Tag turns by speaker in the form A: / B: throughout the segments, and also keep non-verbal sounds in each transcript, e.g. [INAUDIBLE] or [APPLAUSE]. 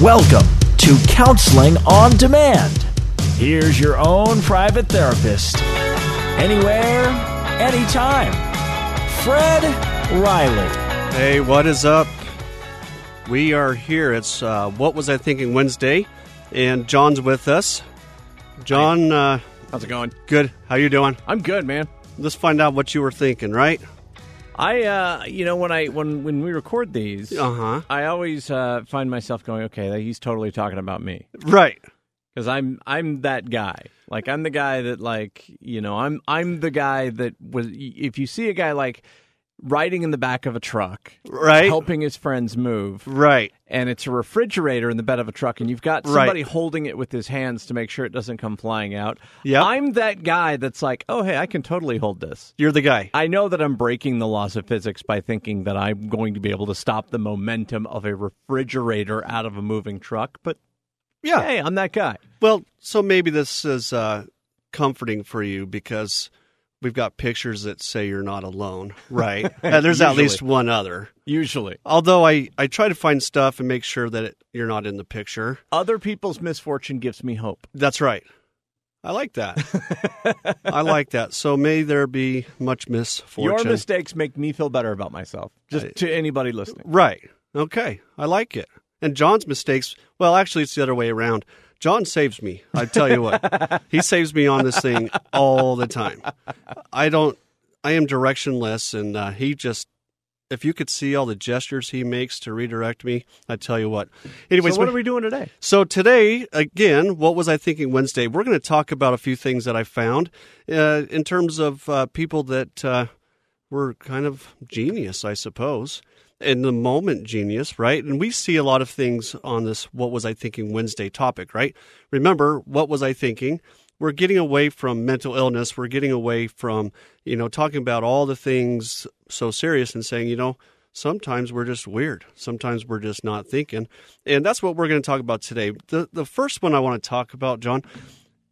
A: Welcome to Counseling on Demand. Here's your own private therapist. Anywhere, anytime. Fred Riley.
B: Hey, what is up? We are here. It's uh, What Was I Thinking Wednesday, and John's with us. John, uh,
C: How's it going?
B: good. How you doing?
C: I'm good, man.
B: Let's find out what you were thinking, right?
C: I, uh, you know, when I when when we record these,
B: Uh-huh.
C: I always uh, find myself going, okay, he's totally talking about me
B: Right.
C: because I'm I'm that guy. Like I'm the guy that like you know I'm I'm the guy that was. If you see a guy like riding in the back of a truck,
B: Right.
C: helping his friends move,
B: Right.
C: and it's a refrigerator in the bed of a truck, and you've got
B: Right.
C: somebody holding it with his hands to make sure it doesn't come flying out.
B: Yep.
C: I'm that guy that's like, oh hey, I can totally hold this.
B: You're the guy.
C: I know that I'm breaking the laws of physics by thinking that I'm going to be able to stop the momentum of a refrigerator out of a moving truck, but
B: Yeah.
C: hey, I'm that guy.
B: Well, so maybe this is uh, comforting for you because we've got pictures that say you're not alone, right? Uh, there's at
C: Usually.
B: least one other.
C: Usually,
B: Although I, I try to find stuff and make sure that it, you're not in the picture.
C: other people's misfortune gives
B: [LAUGHS]
C: me hope.
B: That's right. I like that. I like that. So may there be much misfortune.
C: Your mistakes make me feel better about myself. Just
B: I-
C: to anybody listening.
B: Right. Okay. I like it. And John's mistakes, well, actually, it's the other way around. John saves me. I tell you
C: [LAUGHS]
B: what, he saves me on this thing all the time. I don't, I am directionless, and uh, he just, if you could see all the gestures he makes to redirect me, I tell you what. Anyways,
C: so what are we doing today?
B: so today, again, what was I thinking Wednesday? We're going to talk about a few things that I found uh, in terms of uh, people that uh, were kind of genius, I suppose, in the moment genius, right? And we see a lot of things on this what was I thinking Wednesday topic, right? Remember, what was I thinking? We're getting away from mental illness. We're getting away from, you know, talking about all the things so serious and saying, you know, sometimes we're just weird. Sometimes we're just not thinking. And that's what we're going to talk about today. The the first one I want to talk about, John,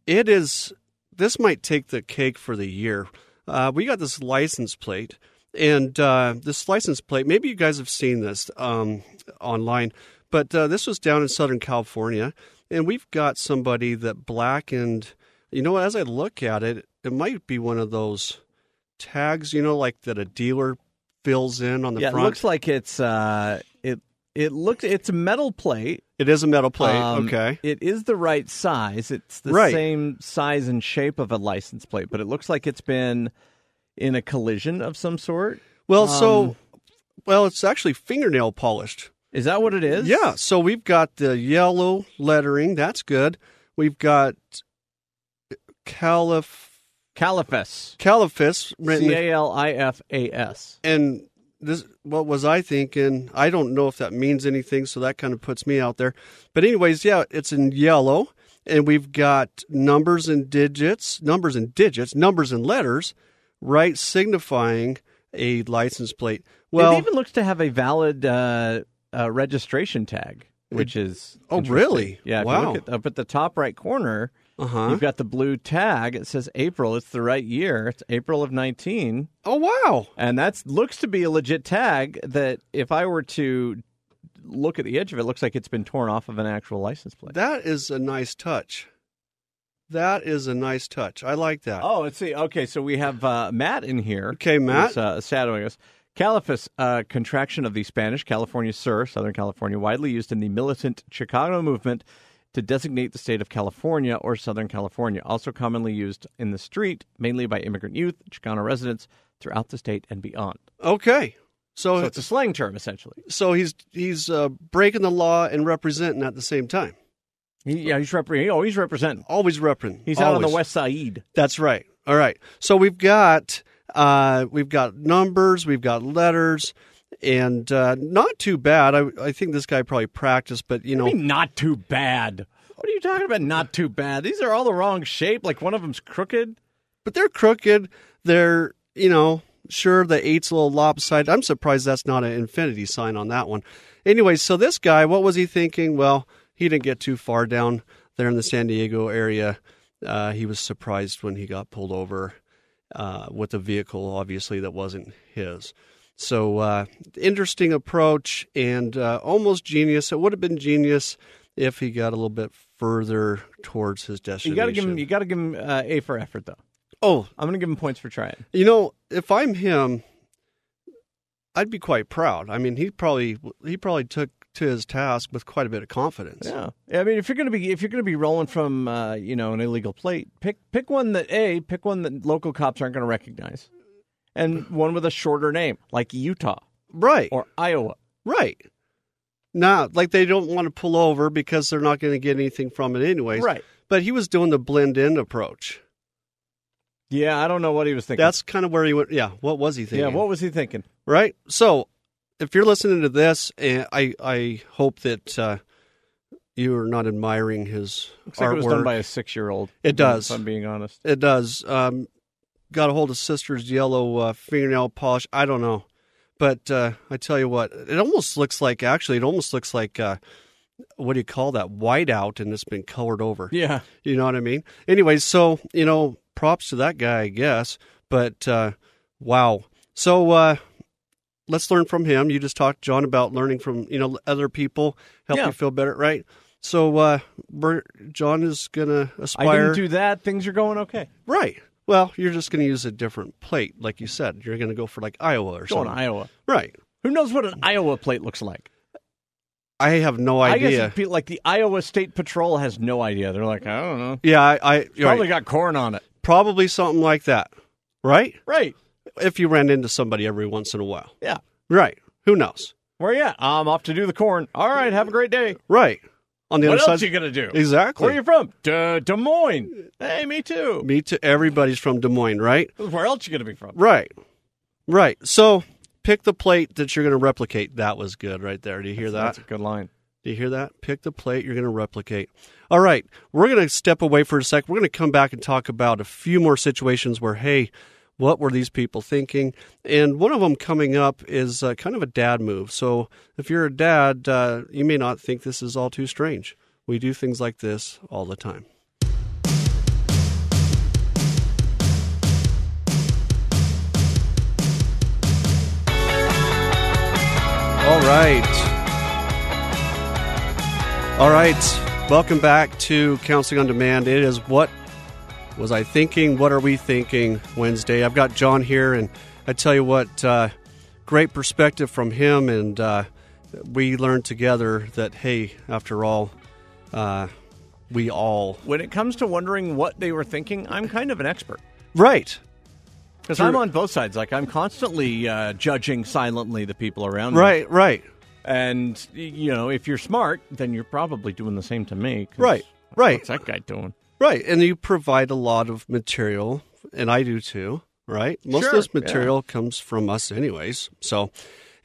B: it is this might take the cake for the year. Uh, we got this license plate, and uh, this license plate. Maybe you guys have seen this um, online, but uh, this was down in Southern California, and we've got somebody that blackened. You know, as I look at it, it might be one of those tags. You know, like that a dealer fills in on the
C: yeah,
B: front.
C: it looks like it's uh, it it looks it's a metal plate.
B: it is a metal plate.
C: Um,
B: okay.
C: It is the right size. It's the
B: Right.
C: same size and shape of a license plate, but it looks like it's been in a collision of some sort.
B: Well,
C: um,
B: so well, it's actually fingernail polished.
C: Is that what it is?
B: Yeah, so we've got the yellow lettering. That's good. We've got calif
C: Caliphas.
B: califas written,
C: C A L I F A S.
B: and this. What was I thinking? I don't know if that means anything, so that kind of puts me out there. But anyways, yeah, it's in yellow, and we've got numbers and digits, numbers and digits, numbers and letters, right, signifying a license plate. Well,
C: it even looks to have a valid uh, uh, registration tag, which is
B: Oh,
C: interesting.
B: really?
C: Yeah. if you
B: Wow.
C: look at- up at the top right corner,
B: uh huh.
C: you've got the blue tag. It says April. It's the right year. It's April of nineteen,
B: Oh wow.
C: and that looks to be a legit tag. That if I were to look at the edge of it, it looks like it's been torn off of an actual license plate.
B: That is a nice touch. That is a nice touch. I like that.
C: Oh, let's see. Okay, so we have uh, Matt in here.
B: Okay, Matt.
C: who's, uh, shadowing us. Caliphus, a contraction of the Spanish California Sur, Southern California, widely used in the militant Chicano movement to designate the state of California or Southern California, also commonly used in the street, mainly by immigrant youth, Chicano residents throughout the state and beyond.
B: Okay. So,
C: So Oh, it's a slang term, essentially.
B: so he's he's uh, breaking the law and representing at the same time.
C: He, yeah, he's, repre- he- oh, he's representing.
B: Always representing.
C: He's out on the
B: Always.
C: West Side.
B: That's right. All right. So we've got uh, we've got numbers, we've got letters, and uh, not too bad. I I think this guy probably practiced, but you know,
C: I mean, not too bad. What are you talking about? Not too bad. These are all the wrong shape. Like one of them's crooked.
B: but they're crooked. They're you know sure the eight's a little lopsided. I'm surprised that's not an infinity sign on that one. Anyway, so this guy, what was he thinking? Well, he didn't get too far down there in the San Diego area. Uh, he was surprised when he got pulled over uh, with a vehicle, obviously that wasn't his. So uh, interesting approach and uh, almost genius. It would have been genius if he got a little bit further towards his destination.
C: You got to give him. You got to give him uh, A for effort, though.
B: oh,
C: I'm going to give him points for trying.
B: you know, if I'm him, I'd be quite proud. I mean, he probably he probably took to his task with quite a bit of confidence.
C: Yeah, I mean, if you're going to be if you're going to be rolling from uh, you know an illegal plate, pick pick one that a pick one that local cops aren't going to recognize, and one with a shorter name like Utah
B: Right.
C: or Iowa.
B: right. Not like they don't want to pull over because they're not going to get anything from it anyways.
C: Right.
B: But he was doing the blend in approach.
C: Yeah, I don't know what he was thinking.
B: That's kind of where he went. Yeah. What was he
C: yeah.
B: thinking?
C: What was he thinking?
B: right? So, if you're listening to this, eh, I I hope that uh, you are not admiring his
C: Looks
B: artwork.
C: like it was done by a six year old.
B: It does.
C: If I'm being honest.
B: It does. Um, got a hold of sister's yellow uh, fingernail polish. I don't know, but uh, I tell you what, it almost looks like. Actually, it almost looks like uh, what do you call that whiteout, and it's been colored over.
C: Yeah.
B: You know what I mean? Anyway, so you know, props to that guy, I guess. But uh, wow. So uh, let's learn from him. You just talked, John, about learning from you know other people, help
C: Yeah.
B: you feel better, right? So uh, we're, John is gonna aspire.
C: I didn't do that. Things are going okay.
B: Right. Well, you're just going to use a different plate, like you said. You're going to go for like Iowa or
C: Going
B: something.
C: to Iowa.
B: Right.
C: Who knows what an Iowa plate looks like?
B: I have no
C: I guess
B: idea.
C: it'd be like the Iowa State Patrol has no idea. They're like, I don't know.
B: yeah, I, I you're right.
C: Probably got corn on it.
B: probably something like that. Right.
C: Right.
B: If you ran into somebody every once in a while.
C: Yeah.
B: Right. Who knows?
C: Where you at? I'm off to do the corn. All right, have a great day.
B: Right. On the
C: what
B: other
C: else
B: side.
C: you gonna do?
B: Exactly.
C: Where you from? De, Des Moines. Hey, me too.
B: Me too. Everybody's from Des Moines, right?
C: Where else you gonna be from?
B: Right. Right. So pick the plate that you're going to replicate. That was good right there. Do you hear that?
C: That's a good line.
B: Do you hear that? Pick the plate you're going to replicate. All right, we're going to step away for a sec. We're going to come back and talk about a few more situations where, hey, what were these people thinking? And one of them coming up is uh, kind of a dad move. So if you're a dad, uh, you may not think this is all too strange. We do things like this all the time. All right. All right. Welcome back to Counseling on Demand. It is what was I thinking? What are we thinking Wednesday? I've got John here, and I tell you what, uh, great perspective from him. And uh, we learned together that, hey, after all, uh, we all.
C: When it comes to wondering what they were thinking, I'm kind of an expert.
B: Right.
C: Because I'm on both sides. Like, I'm constantly uh, judging silently the people around me.
B: Right, right.
C: And, y- you know, if you're smart, then you're probably doing the same to me. 'cause
B: Right, right.
C: What's that guy doing?
B: Right, and you provide a lot of material, and I do too, right? Most
C: Sure,
B: of this material comes from us, anyways. So,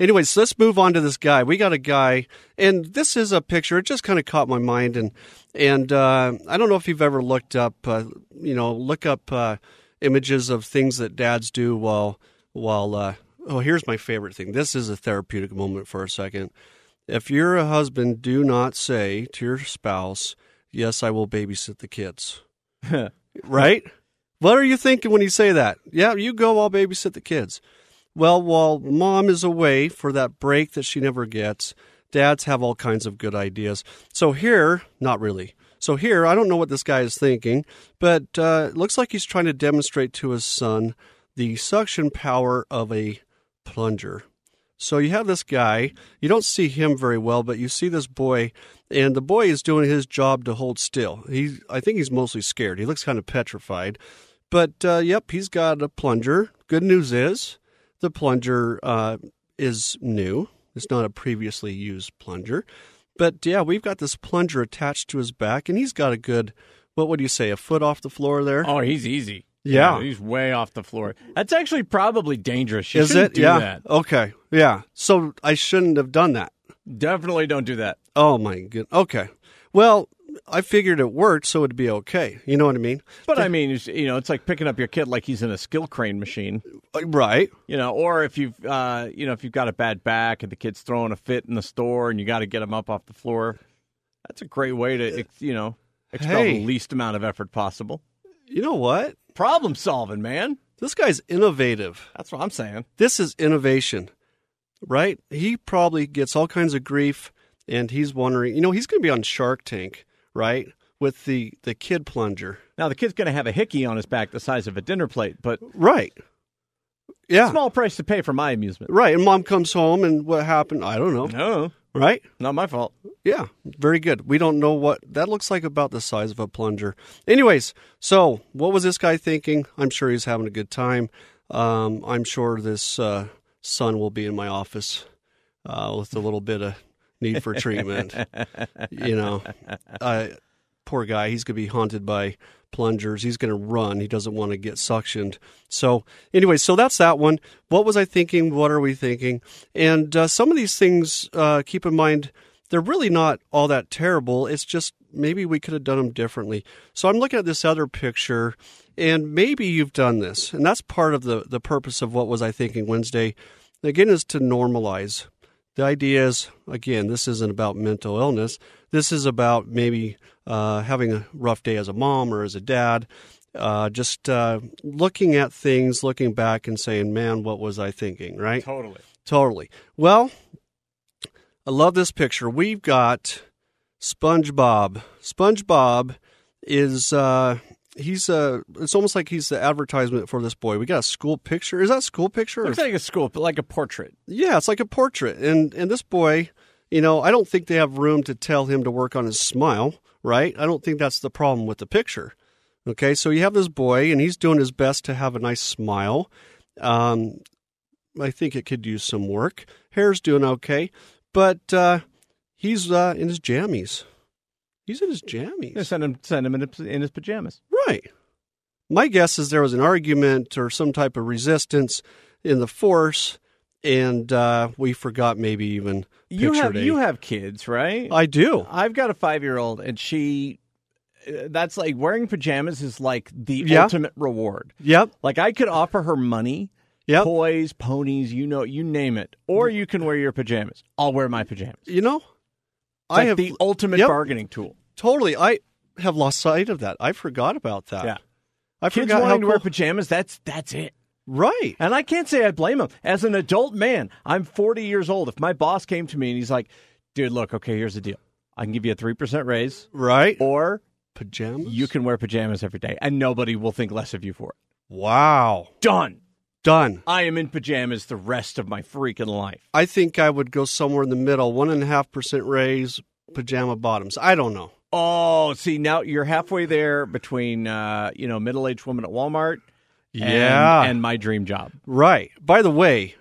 B: anyways, let's move on to this guy. We got a guy, and this is a picture. It just kind of caught my mind, and and uh, I don't know if you've ever looked up, uh, you know, look up uh, images of things that dads do while while. Uh, oh, here's my favorite thing. This is a therapeutic moment for a second. If you're a husband, do not say to your spouse, Yes, I will babysit the kids. right? What are you thinking when you say that? Yeah, you go, I'll babysit the kids. Well, while mom is away for that break that she never gets, dads have all kinds of good ideas. So here, not really. So here, I don't know what this guy is thinking, but uh, it looks like he's trying to demonstrate to his son the suction power of a plunger. So you have this guy, you don't see him very well, but you see this boy, and the boy is doing his job to hold still. He, I think he's mostly scared. He looks kind of petrified. But uh, yep, he's got a plunger. Good news is the plunger uh, is new, it's not a previously used plunger. But yeah, we've got this plunger attached to his back, and he's got a good, what would you say, a foot off the floor there?
C: Oh, he's easy.
B: Yeah.
C: he's way off the floor. That's actually probably dangerous. You
B: is
C: shouldn't
B: it?
C: do
B: yeah.
C: that.
B: Okay. Yeah. So I shouldn't have done that.
C: Definitely don't do that.
B: Oh my good. Okay. Well, I figured it worked, so it'd be okay. You know what I mean?
C: But I mean, it's, you know, it's like picking up your kid like he's in a skill crane machine.
B: Uh, Right.
C: You know, or if you've uh, you know if you've got a bad back and the kid's throwing a fit in the store and you got to get him up off the floor, that's a great way to ex- you know expel
B: Hey.
C: the least amount of effort possible.
B: You know what?
C: Problem solving, man.
B: This guy's innovative.
C: That's what I'm saying.
B: This is innovation, right? He probably gets all kinds of grief, and he's wondering. You know, he's going to be on Shark Tank, right? With the the kid plunger,
C: Now the kid's going to have a hickey on his back the size of a dinner plate, but
B: right? Yeah,
C: small price to pay for my amusement.
B: right. And mom comes home, and what happened? I don't know,
C: No,
B: right?
C: not my fault.
B: Yeah, very good. We don't know what that looks like about the size of a plunger. Anyways, so what was this guy thinking? I'm sure he's having a good time. Um, I'm sure this uh, son will be in my office uh, with a little bit of need for treatment. you know, uh, poor guy. He's going to be haunted by plungers. He's going to run. He doesn't want to get suctioned. So, anyway, so that's that one. What was I thinking? What are we thinking? And uh, some of these things, uh, keep in mind, they're really not all that terrible. It's just maybe we could have done them differently. So, I'm looking at this other picture, and maybe you've done this. And that's part of the, the purpose of What Was I Thinking Wednesday. Again, is to normalize the idea is again, this isn't about mental illness. This is about maybe uh, having a rough day as a mom or as a dad. Uh, just uh, looking at things, looking back and saying, man, what was I thinking, right?
C: Totally.
B: Totally. Well, I love this picture. We've got SpongeBob. SpongeBob is uh he's uh it's almost like he's the advertisement for this boy. We got a school picture. Is that school picture? or
C: Looks like a school, like a portrait.
B: yeah, it's like a portrait. And and this boy, you know, I don't think they have room to tell him to work on his smile, right? I don't think that's the problem with the picture. Okay, so you have this boy, and he's doing his best to have a nice smile. Um, I think it could use some work. Hair's doing okay, but uh, he's uh, in his jammies. He's in his jammies.
C: Yeah, send him, send him in, his- in his pajamas.
B: Right. My guess is there was an argument or some type of resistance in the force, and uh, we forgot maybe even
C: You
B: picture
C: have
B: day.
C: you have kids, right?
B: I do.
C: I've got a five year old, and she. uh, That's like wearing pajamas is like the
B: Yeah.
C: ultimate reward.
B: Yep.
C: Like I could offer her money,
B: Yep.
C: toys, ponies, you know, you name it, or you can wear your pajamas. I'll wear my pajamas. It's
B: You know, I
C: like
B: have
C: the ultimate
B: yep.
C: bargaining tool.
B: totally. I have lost sight of that. I forgot about that.
C: Yeah.
B: I
C: Kids
B: forgot how
C: wanting to wear
B: cool-
C: pajamas, that's that's it.
B: Right.
C: And I can't say I blame him. As an adult man, I'm 40 years old. If my boss came to me and he's like, "Dude, look, okay, here's the deal. I can give you a three percent raise,
B: Right.
C: or
B: Pajamas.
C: you can wear pajamas every day, and nobody will think less of you for it."
B: Wow.
C: Done.
B: Done.
C: I am in pajamas the rest of my freaking life.
B: I think I would go somewhere in the middle. One and a half percent raise. Pajama bottoms. I don't know.
C: Oh, see now you're halfway there between uh, you know middle aged woman at Walmart. and-
B: Yeah.
C: and my dream job.
B: Right. By the way,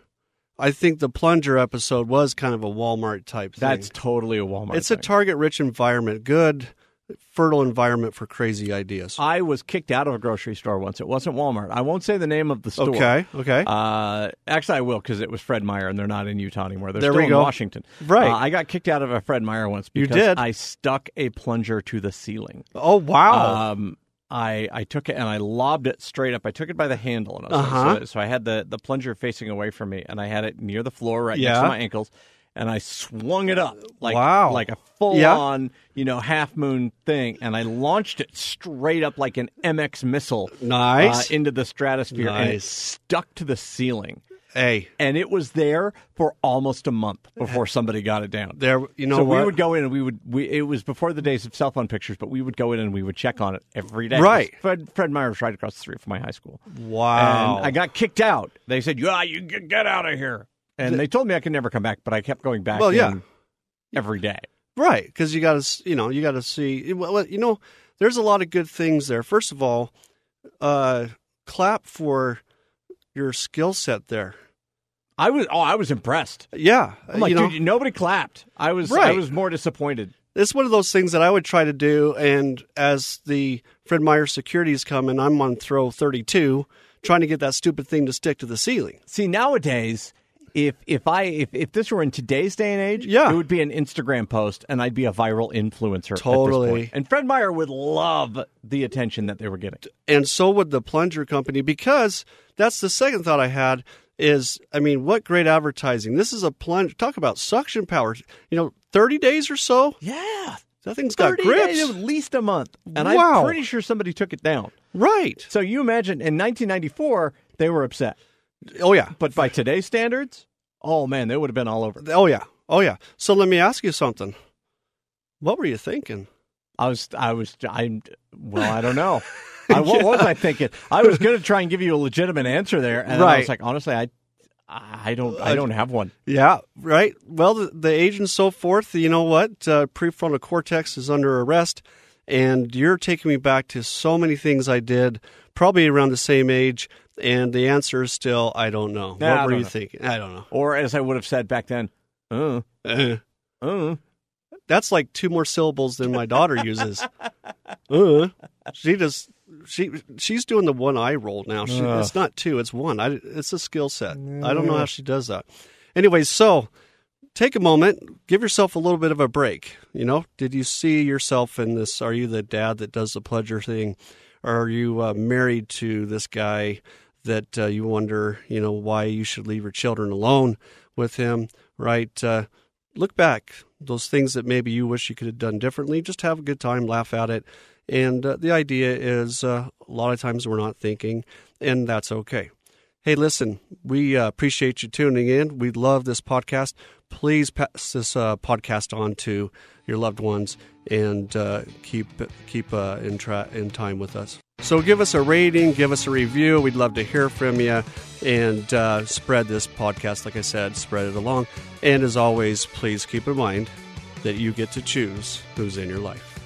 B: I think the plunger episode was kind of a Walmart type thing.
C: That's totally a Walmart.
B: it's a
C: thing.
B: target rich environment, good, fertile environment for crazy ideas.
C: I was kicked out of a grocery store once. It wasn't Walmart. I won't say the name of the store.
B: Okay. Okay.
C: Uh, actually, I will because it was Fred Meyer, and they're not in Utah anymore. They're
B: There
C: still
B: we
C: in
B: go.
C: Washington.
B: Right.
C: Uh, I got kicked out of a Fred Meyer once
B: You
C: because
B: did?
C: I stuck a plunger to the ceiling.
B: oh wow.
C: Um, I I took it and I lobbed it straight up. I took it by the handle, and I was
B: Uh-huh.
C: so, so I had the the plunger facing away from me, and I had it near the floor, right next
B: Yeah.
C: to my ankles, and I swung it up like
B: Wow.
C: like a full on you know half moon thing, and I launched it straight up like an MX missile,
B: Nice.
C: uh, into the stratosphere, and it
B: Nice.
C: stuck to the ceiling.
B: Hey,
C: and it was there for almost a month before somebody got it down.
B: There- you know
C: so we
B: what?
C: would go in and we would we it was before the days of cell phone pictures, but we would go in and we would check on it every day.
B: Right.
C: Fred Fred Meyer was right across the street from my high school.
B: Wow.
C: And I got kicked out. They said, "Yeah, you get, get out of here." And they told me I could never come back, but I kept going back.
B: Well, yeah.
C: in every day.
B: Right, because you got to, you know, you got to see. Well, well, you know, there's a lot of good things there. First of all, uh, clap for your skill set there.
C: I was oh, I was impressed.
B: Yeah,
C: I'm like,
B: you know,
C: dude, nobody clapped. I was I
B: Right.
C: was more disappointed.
B: it's one of those things that I would try to do. And as the Fred Meyer securities come, and I'm on throw 32, trying to get that stupid thing to stick to the ceiling.
C: See, nowadays, if if I if, if this were in today's day and age,
B: Yeah.
C: it would be an Instagram post, and I'd be a viral influencer. at this
B: Totally.
C: point. And Fred Meyer would love the attention that they were getting.
B: and so would the plunger company because that's the second thought I had is I mean what great advertising this is a plunge talk about suction power you know 30 days or so
C: Yeah,
B: that thing's got
C: 30
B: grips
C: days, at least a month, and
B: Wow.
C: I'm pretty sure somebody took it down.
B: right
C: So you imagine in 1994 they were upset,
B: oh yeah
C: but by today's standards, oh man, they would have been all over.
B: oh yeah oh yeah so let me ask you something what were you thinking
C: I was, I was, I, well, I don't know. I, what was I thinking? I was going to try and give you a legitimate answer there, and then I
B: Right.
C: was like, honestly, I, I don't, I don't have one.
B: yeah right well the, the age and so forth you know what uh, prefrontal cortex is under arrest and you're taking me back to so many things I did probably around the same age and the answer is still I don't know.
C: Nah, I
B: what were
C: don't
B: you
C: know.
B: thinking? I don't know.
C: Or as I would have said back then, uh,
B: Uh, [LAUGHS]
C: uh.
B: that's like two more syllables than my daughter uses. uh, she just she she's doing the one eye roll now. She, it's not two, it's one. I, it's a skill set. I don't know how she does that. Anyway, so take a moment, give yourself a little bit of a break. You know, did you see yourself in this? Are you the dad that does the pledger thing? Or are you uh, married to this guy that uh, you wonder, you know, why you should leave your children alone with him, right? Uh, look back those things that maybe you wish you could have done differently just have a good time laugh at it and uh, the idea is uh, a lot of times we're not thinking and that's okay hey listen we uh, appreciate you tuning in we love this podcast please pass this uh, podcast on to your loved ones and uh, keep keep uh, in, tra- in time with us so give us a rating give us a review we'd love to hear from you and uh, spread this podcast like i said spread it along and as always please keep in mind that you get to choose who's in your life